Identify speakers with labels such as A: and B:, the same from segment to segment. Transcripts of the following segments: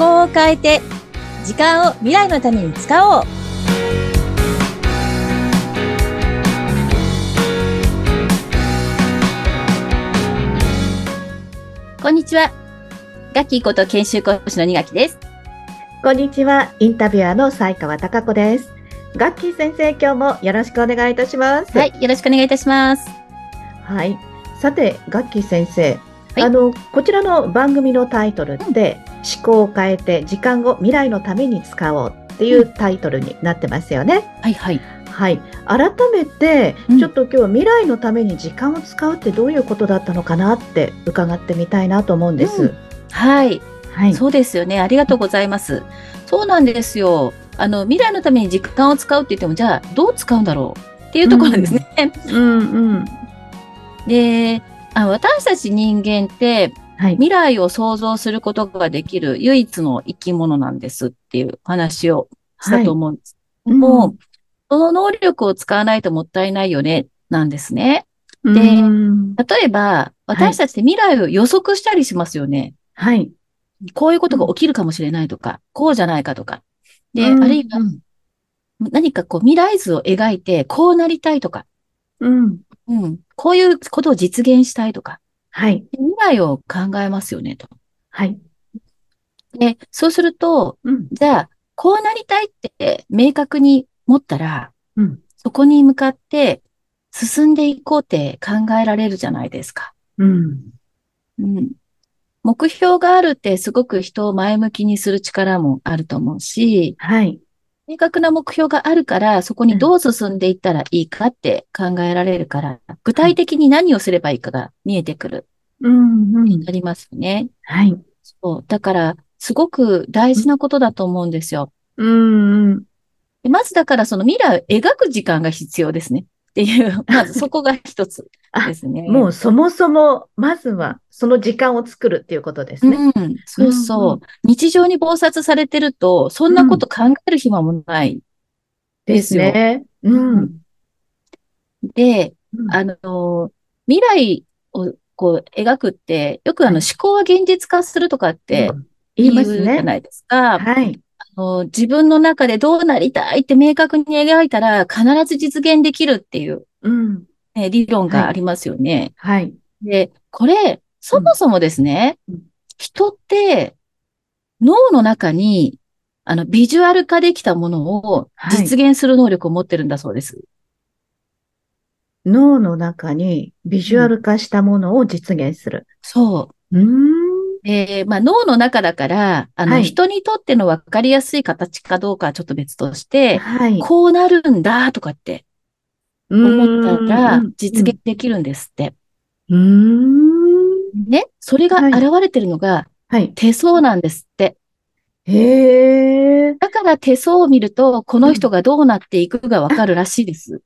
A: を変えて、時間を未来のために使おう。こんにちは。ガッキーこと研修講師の二垣です。
B: こんにちは。インタビュアーの西川貴子です。ガッキー先生、今日もよろしくお願いいたします。
A: はい。、よろしくお願いいたします。
B: はい。さて、ガッキー先生、
A: はい
B: あのこちらの番組のタイトルって、思考を変えて時間を未来のために使おうっていうタイトルになってますよね。
A: はいはい。
B: はい。改めて
A: うん、
B: ちょっと今日は未来のために時間を使うってどういうことだったのかなって伺ってみたいなと思うんです。
A: うんはい。
B: はい。
A: そうですよね。ありがとうございます。そうなんですよ。あの、未来のために時間を使うって言っても、じゃあ、どう使うんだろうっていうところなんですね。
B: うんうん。
A: であ、私たち人間って、
B: はい。
A: 未来を想像することができる唯一の生き物なんですっていう話をしたと思うんです。もう、その能力を使わないともったいないよね、なんですね。
B: うん、
A: で
B: うん
A: 例えば、私たちって未来を予測したりしますよね。
B: はい。
A: こういうことが起きるかもしれないとか、こうじゃないかとか。で、
B: うん
A: あるいは
B: うん
A: 何かこう未来図を描いて、こうなりたいとか、
B: うん。
A: うん、こういうことを実現したいとか、
B: はい。
A: 未来を考えますよね、と。
B: はい。
A: で、そうすると、
B: うん。
A: じゃあ、こうなりたいって明確に持ったら、
B: うん。
A: そこに向かって進んでいこうって考えられるじゃないですか。
B: うん。
A: うん。目標があるってすごく人を前向きにする力もあると思うし、
B: はい。
A: 明確な目標があるから、そこにどう進んでいったらいいかって考えられるから、具体的に何をすればいいかが見えてくる、
B: うん。うん
A: な。りますよね。
B: はい。
A: そう。だから、すごく大事なことだと思うんですよ。
B: うん。うん。
A: でまずだからその未来を描く時間が必要ですね。って いう、まずそこが一つですね。
B: もうそもそも、まずは、その時間を作るっていうことですね。
A: うん、そうそう。
B: うんうん
A: 日常に忙殺されてると、そんなこと考える暇もない。
B: ですね。うん。
A: で、
B: うん
A: あの、未来をこう描くって、よくあの
B: はい
A: 思考は現実化するとかって
B: うん
A: 言
B: 言いうま
A: じ
B: す
A: ゃ
B: ね。
A: ないですか。
B: はい。
A: あの自分の中でどうなりたいって明確に描いたら必ず実現できるっていう、
B: うん。
A: ね、理論がありますよね。
B: はい。
A: で、これ、そもそもですね、
B: うん
A: 人って脳の中にあのビジュアル化できたものを
B: はい
A: 実現する能力を持ってるんだそうです。
B: 脳の中にビジュアル化したものを実現する。
A: そう
B: ーん。
A: う。で、まあ脳の中だから、あの、
B: はい
A: 人にとっての分かりやすい形かどうかはちょっと別として、
B: はい。
A: こうなるんだとかって思ったら実現できるんですって。
B: うん。うん。うん
A: ね。それが
B: はい
A: 現れてるのが
B: はい。
A: 手相なんですって。
B: へえ。
A: だから手相を見ると、この人がどうなっていくかがわかるらしいです。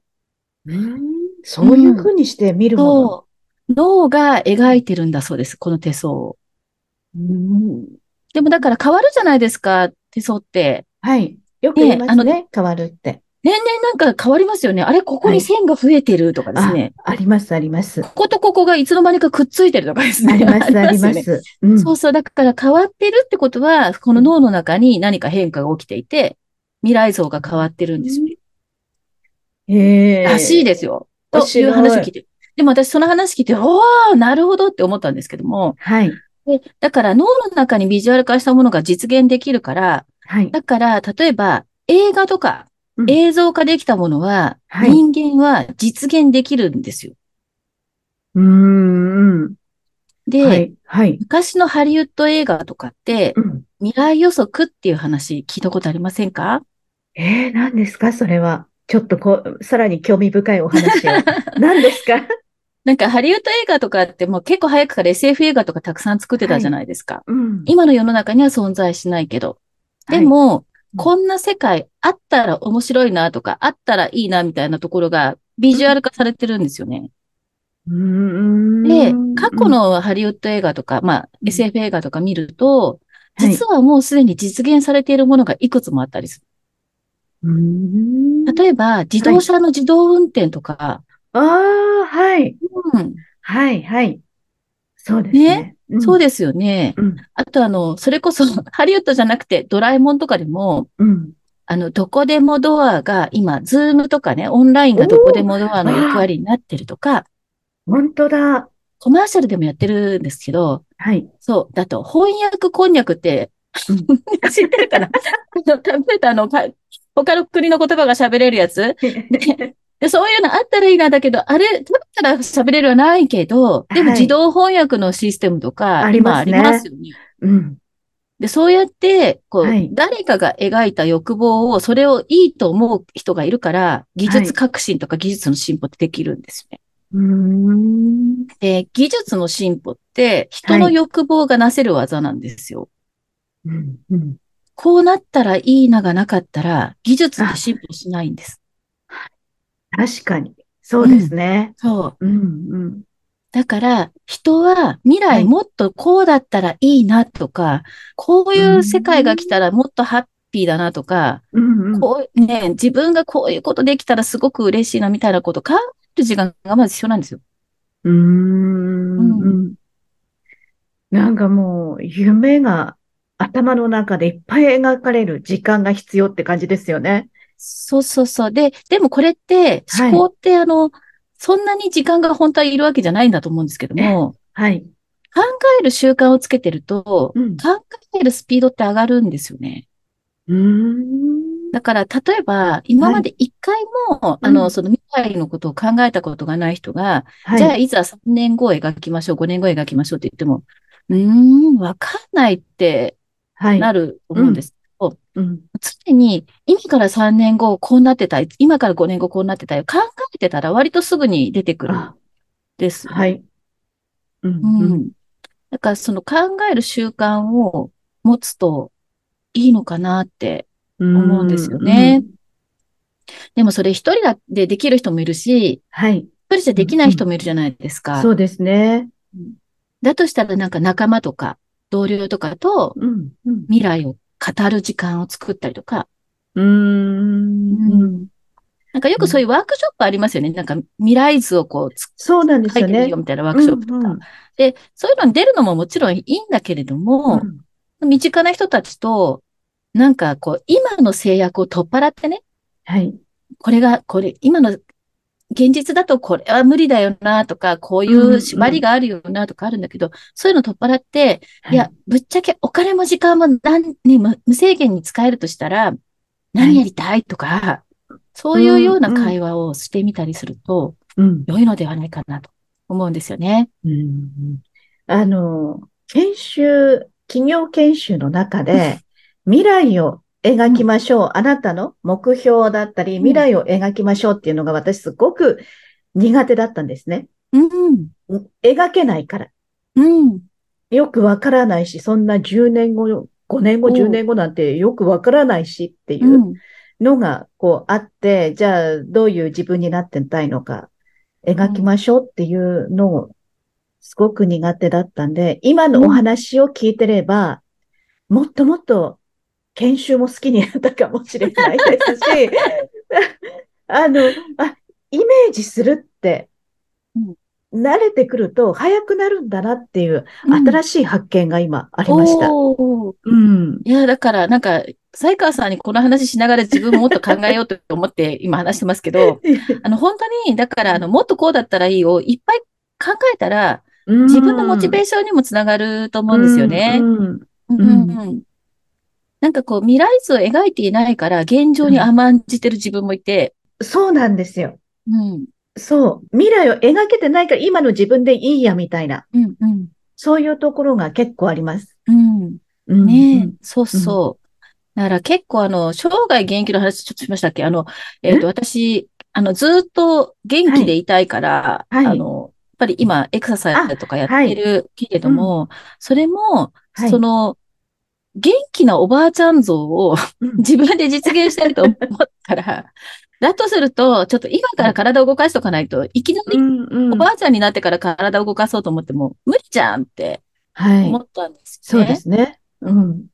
B: うんそういうふうにして見るもの。
A: そう。脳が描いてるんだそうです、この手相を。
B: うん
A: でもだから変わるじゃないですか、手相って。
B: はい。よく言いま
A: ねあの
B: すね。変わるって。
A: 年々なんか変わりますよね。あれ、ここに線が増えてるとかですね。
B: あります、あ ります。
A: こことここがいつの間にかくっついてるとかですね。
B: あります、あり
A: よ
B: ま
A: ね
B: す。うん
A: そうそう。だから変わってるってことは、この脳の中に何か変化が起きていて、未来像が変わってるんですよね。
B: へえ。
A: らしいですよ。という話を聞いてる。でも私その話聞いて、おー、なるほどって思ったんですけども。
B: はい。
A: で、だから脳の中にビジュアル化したものが実現できるから、
B: はい。
A: だから例えば映画とか
B: うん
A: 映像化できたものは、
B: はい
A: 人間は実現できるんですよ。
B: うーん。
A: で、
B: はい。はい。
A: 昔のハリウッド映画とかって
B: うん
A: 未来予測っていう話聞いたことありませんか
B: えー、何ですかそれは。ちょっとこう、さらに興味深いお 話を。何ですか
A: なんかハリウッド映画とかってもう結構早くから SF 映画とかたくさん作ってたじゃないですか。
B: うん。
A: 今の世の中には存在しないけど。
B: は
A: で
B: い
A: も、
B: うん
A: こんな世界あったら面白いなとか、あったらいいなみたいなところがビジュアル化されてるんですよね。
B: うーん。
A: で、過去のハリウッド映画とか、まあ、
B: うん
A: SF 映画とか見ると、
B: はい
A: 実はもうすでに実現されているものがいくつもあったりす
B: うん。
A: る。例えば、自動車の自動運転とか、
B: ああ、はい。
A: うん
B: はい、はい。そうですね。ん
A: そうですよね。
B: うん
A: あとあの、それこそハリウッドじゃなくてドラえもんとかでも、
B: うん。
A: あの、どこでもドアが今、ズームとかね、オンラインがどこでもドアの役割になってるとか、
B: 本当だ。
A: コマーシャルでもやってるんですけど、
B: はい。
A: そう、だと翻訳こんにゃくって、
B: う
A: 知ってる かなあのタブレットあの、か他の国の言葉が喋れるやつで、そういうのあったらいいな、だけど、あれ、だったら喋れるはないけど、でも
B: はい
A: 自動翻訳のシステムとか、
B: あり
A: 今
B: ま
A: あ
B: すね
A: りますよね。
B: うん。
A: で、そうやって、こう、
B: はい
A: 誰かが描いた欲望を、それをいいと思う人がいるから、技術革新とか技術の進歩ってできるんですよ
B: うーん。
A: ね。で、技術の進歩って、人の欲望がなせる技なんですよ。
B: うん。うん。
A: こうなったらいいながなかったら、技術って進歩しないんです。
B: 確かに。そうですね。
A: そう。
B: うん。うん。
A: だから、人は未
B: は
A: 来
B: い
A: もっとこうだったらいいなとか、こういう世界が来たらもっとハッピーだなとか、
B: うん。うん。
A: こうね、自分がこういうことできたらすごく嬉しいなみたいなこと考える時間がまず必要なんですよ。
B: うーん
A: う
B: なんかもう、夢が頭の中でいっぱい描かれる時間が必要って感じですよね。
A: そうそうそう。で、でもこれって、
B: はい
A: 思考ってあの、そんなに時間が本当はいるわけじゃないんだと思うんですけども、
B: はい。
A: 考える習慣をつけてると、
B: うん。
A: 考えるスピードって上がるんですよね。
B: うーん。
A: だから、例えば、今まで一回も、あ
B: うん
A: の、その未来のことを考えたことがない人が、
B: はい。
A: じゃあ、いざ3年後を描きましょう、5年後を描きましょうって言っても、うーん、わかんないって
B: はい。
A: なると思うんです。
B: うん。
A: 常に、今から3年後こうなってたい、今から5年後こうなってたい、考えてたら割とすぐに出てくるん
B: あ、
A: です。
B: はい。うん。
A: う
B: うん。
A: ん。だから、その考える習慣を持つといいのかなって思うんですよね
B: うん。
A: でもそれ一人でできる人もいるし、
B: はい。
A: 一人じゃできない人もいるじゃないですか。
B: そうですね。
A: だとしたらなんか仲間とか同僚とかと
B: うん。うん。
A: 未来を語る時間を作ったりとか、
B: うーん。うん
A: なんかよくそういうワークショップありますよね。なんか未来図をこうつ
B: そうなんです
A: 書い
B: よ
A: てみ
B: ね。
A: ようみたいなワークショップとか。
B: うんうん
A: で、そういうのに出るのももちろんいいんだけれども、
B: うん
A: 身近な人たちと、なんかこう今の制約を取っ払ってね、
B: はい。
A: これが、これ、今の現実だとこれは無理だよなとか、こうい
B: んうんう
A: うん縛りがあるよなとかあるんだけど、そういうの取っ払って、いや、ぶっちゃけお金も時間も何に無無制限に使えるとしたら、何やりたいとか、そういうような会話をしてみたりすると、
B: うん。
A: 良いのではないかなと思うんですよね。
B: うんあの、研修、企業研修の中で、未来を描きましょう。あなたの目標だったり、
A: ん
B: 未来を描きましょうっていうのが私すごく苦手だったんですね。
A: うん。
B: うん描けないから。
A: うん。
B: よくわからないし、そんな10年後、5年後、
A: うん。
B: 10年後なんてよくわからないしっていううんのがこうあって、じゃあどういう自分になってたいのか描きましょうっていうのをすごく苦手だったんで、今のお話を聞いてれば、もっともっと研修も好きになったかもしれないです し、あの、あ、イメージするって
A: うん、
B: 慣れてくると早くなるんだなっていう
A: し
B: 新しい発見が今ありました。うん。
A: いや、だから、なんか、才川さんにこの話しながら自分ももっと考えようと思って今話してますけど、あの、本当に、だから、あの、もっとこうだったらいいをいっぱい考えたら、自分のモチベーションにもつながると思うんですよね
B: う。んうん
A: うん
B: うん
A: うんうんなんかこう、未来図を描いていないから、現状に甘んじてる自分もいて、
B: そうなんですよ。
A: うん、
B: そう。未来を描けてないから今の自分でいいやみたいな、
A: うん、うん、
B: そういうところが結構あります。
A: うん。
B: うん
A: ねえ、そうそう。だから結構あの、生涯現役の話ちょっとしましたっけあの、えっと、私、あの、ずーっと元気でいたいから、
B: はいは
A: あ
B: い
A: の、やっぱり今、エクササイズとかやってるけれども、それも、
B: はい
A: その、元気なおばあちゃん像 を
B: うんうん
A: 自分で実現したいと思ったら、だとすると、ちょっと今から体を動かしとかないと、いきなり
B: うんうん
A: おばあちゃんになってから体を動かそうと思っても、無理じゃんって
B: はい
A: 思ったんです
B: そう
A: ね
B: で。すね。うん。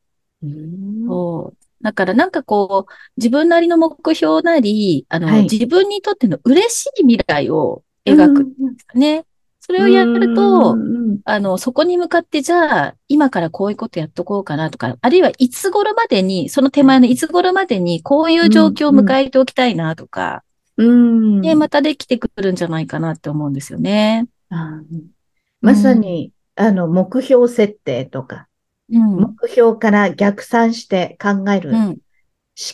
B: うん
A: そう。だからなんかこう、自分なりの目標なり、あの、
B: はい
A: 自分にとっての嬉しい未来を描くんですよね。それをやる
B: う
A: と、
B: んうん
A: あの、そこに向かって、じゃあ、今からこういうことやっとこうかなとか、あるいはいつ頃までに、その手前のいつ頃までに、こういう状況を迎えておきたいなとか、
B: うん
A: で、またできてくるんじゃないかなって思うんですよね。
B: あまさに、あの、目標設定とか、
A: うん。うん。
B: 目標から逆算して考える思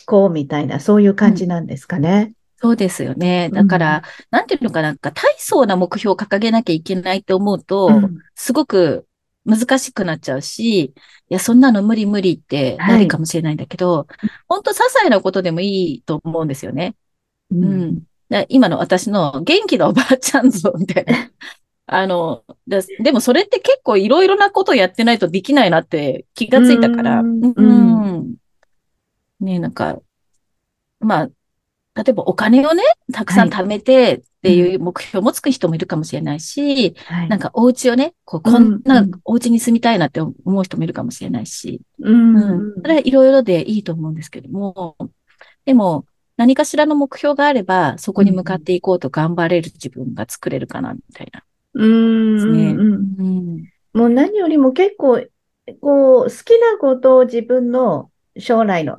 B: 考みたいな、そういう感じなんですかね。
A: そうですよね。だから、なんていうのかなんか、大層な目標を掲げなきゃいけないと思うと、
B: うん
A: すごく難しくなっちゃうし、いや、そんなの無理無理ってなるかもしれないんだけど、ほんと些細なことでもいいと思うんですよね。
B: う
A: うんん。だから今の私の元気なおばあちゃん像みたい な。あの、だでもそれって結構いろいろなことやってないとできないなって気がついたから。
B: う
A: うんん。ねなんか、まあ、例えばお金をね、たくさん
B: は
A: 貯めてっていう目標を持つ人もいるかもしれないし、
B: はい
A: なんかお家をね、こうこ
B: うん
A: んな
B: うん
A: お家に住みたいなって思う人もいるかもしれないし、
B: うん
A: うん。それはいろいろでいいと思うんですけども、でも、何かしらの目標があれば、そこに向かっていこうと頑張れる自分が作れるかな、みたいな。
B: うん
A: すね
B: うんうん
A: うん。
B: もう何よりも結構、こう、好きなことを自分の将来の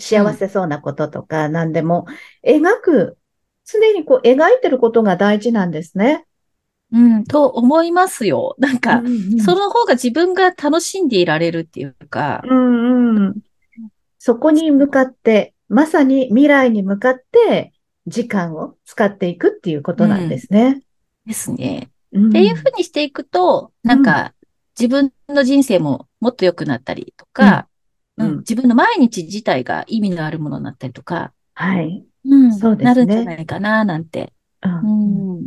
B: 幸せそうなこととか何でも描く、常にこう描いてることが大事なんですね。
A: うん、と思いますよ。なんか、そ
B: の、
A: の方が自分が楽しんでいられるっていうか、
B: うんうん。そこに向かって、まさに未来に向かって時間を使っていくっていうことなんですね。
A: ですね。
B: っ
A: っていうふうにしていくと、なんか、自分の人生ももっと良くなったりとか、
B: う
A: うんん
B: うん
A: 自分の毎日自体が意味のあるものになったりとか、
B: はい。
A: うん
B: そうですね
A: なるんじゃないかな、なんて。
B: うん
A: うん。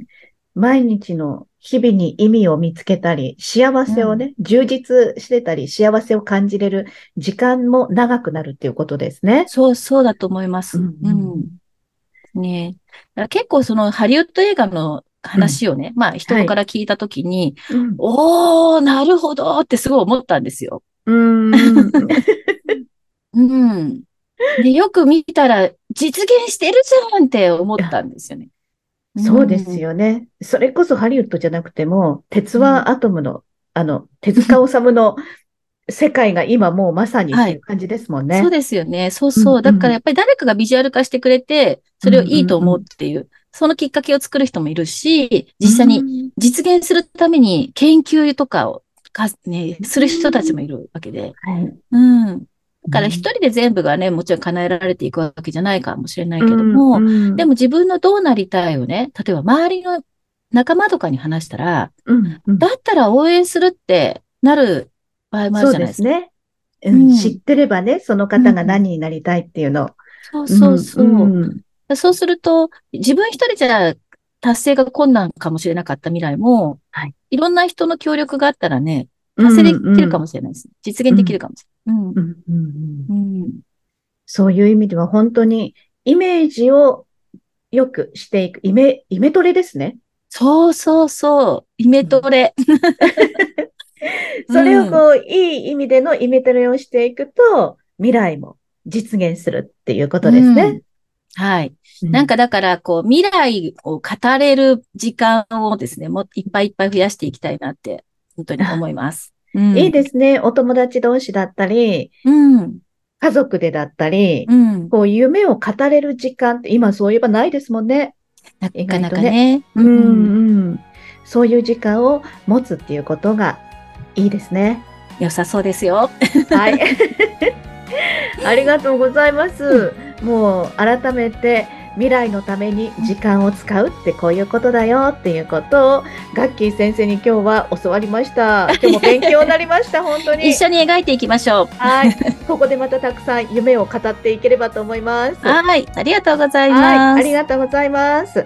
B: 毎日の日々に意味を見つけたり、幸せをね、充実してたり、幸せを感じれる時間も長くなるっていうことですね。
A: そう、そうだと思います。
B: う
A: うん
B: う
A: ん。
B: ん
A: ねえだから結構そのハリウッド映画の話をね、まあ人から聞いたときに、
B: うん。
A: おー、なるほどってすごい思ったんですよ。
B: うん。
A: うん。で、よく見たら実現してるじゃんって思ったんですよね。
B: そうです
A: よ。
B: よね。それこそハリウッドじゃなくても、鉄腕アトムの、あの、手塚治虫の世界が今もうまさにっていう感じですもんね。
A: そうですよね。そうそう。
B: うんうん
A: だからやっぱり誰かがビジュアル化してくれて、それをいいと思うっていう、そのきっかけを作る人もいるし、実際に
B: に。
A: 実現するために研究とかをか、ね、する人たちもいるわけで。
B: はい。
A: うん。だから
B: うん
A: 一人で全部がね、もちろん叶えられていくわけじゃないかもしれないけども、
B: うん
A: でも、自分のどうなりたいをね、例えば周りの仲間とかに話したら、
B: うんうん
A: だったら応援するってなる場合もある
B: そう
A: じゃない
B: で
A: ですすか。
B: ね。うん
A: うん
B: 知ってればね、その方が何になりたいっていうのを
A: そうそうそう。
B: うん
A: そうすると、自分一人じゃ達成が困難かもしれなかった未来も、
B: はい、
A: ろんな人の協力があったらね、
B: うん
A: 達成できるかもしれないです。実現できるかもしれない。
B: うんうんうん
A: うん。うん。
B: そういう意味では本当にイメージをよくしていく、イメ、イメトレですね。
A: そうそうそう。イメトレ。うん
B: それをこう、いい意味でのイメトレをしていくと、未来も実現するっていうことですね。
A: はい。なんかだから、こう、未来を語れる時間をですね、もっといっぱいいっぱい増やしていきたいなって、本当に思います。。
B: うん、いいですすね。お友達同士だったり、
A: うん。
B: 家族でだったり、
A: うん。
B: こう、夢を語れる時間って今そういえばないですもんね。
A: な
B: 意
A: か
B: 外
A: な
B: と
A: かね。う。
B: うんん、そういう時間を持つっていうことがいいですね。
A: 良さそうですよ。
B: はい。ありがとうございます。もう改めて未来のために時間を使うってこういうことだよっていうことをガッキー先生に今日は教わりました。今日も勉強になりました。本当に
A: 一。緒に描いていきましょう。
B: はい。ここでまたたくさん夢を語っていければと思います。
A: はい。ありがとうございます。
B: はい。ありがとうございます。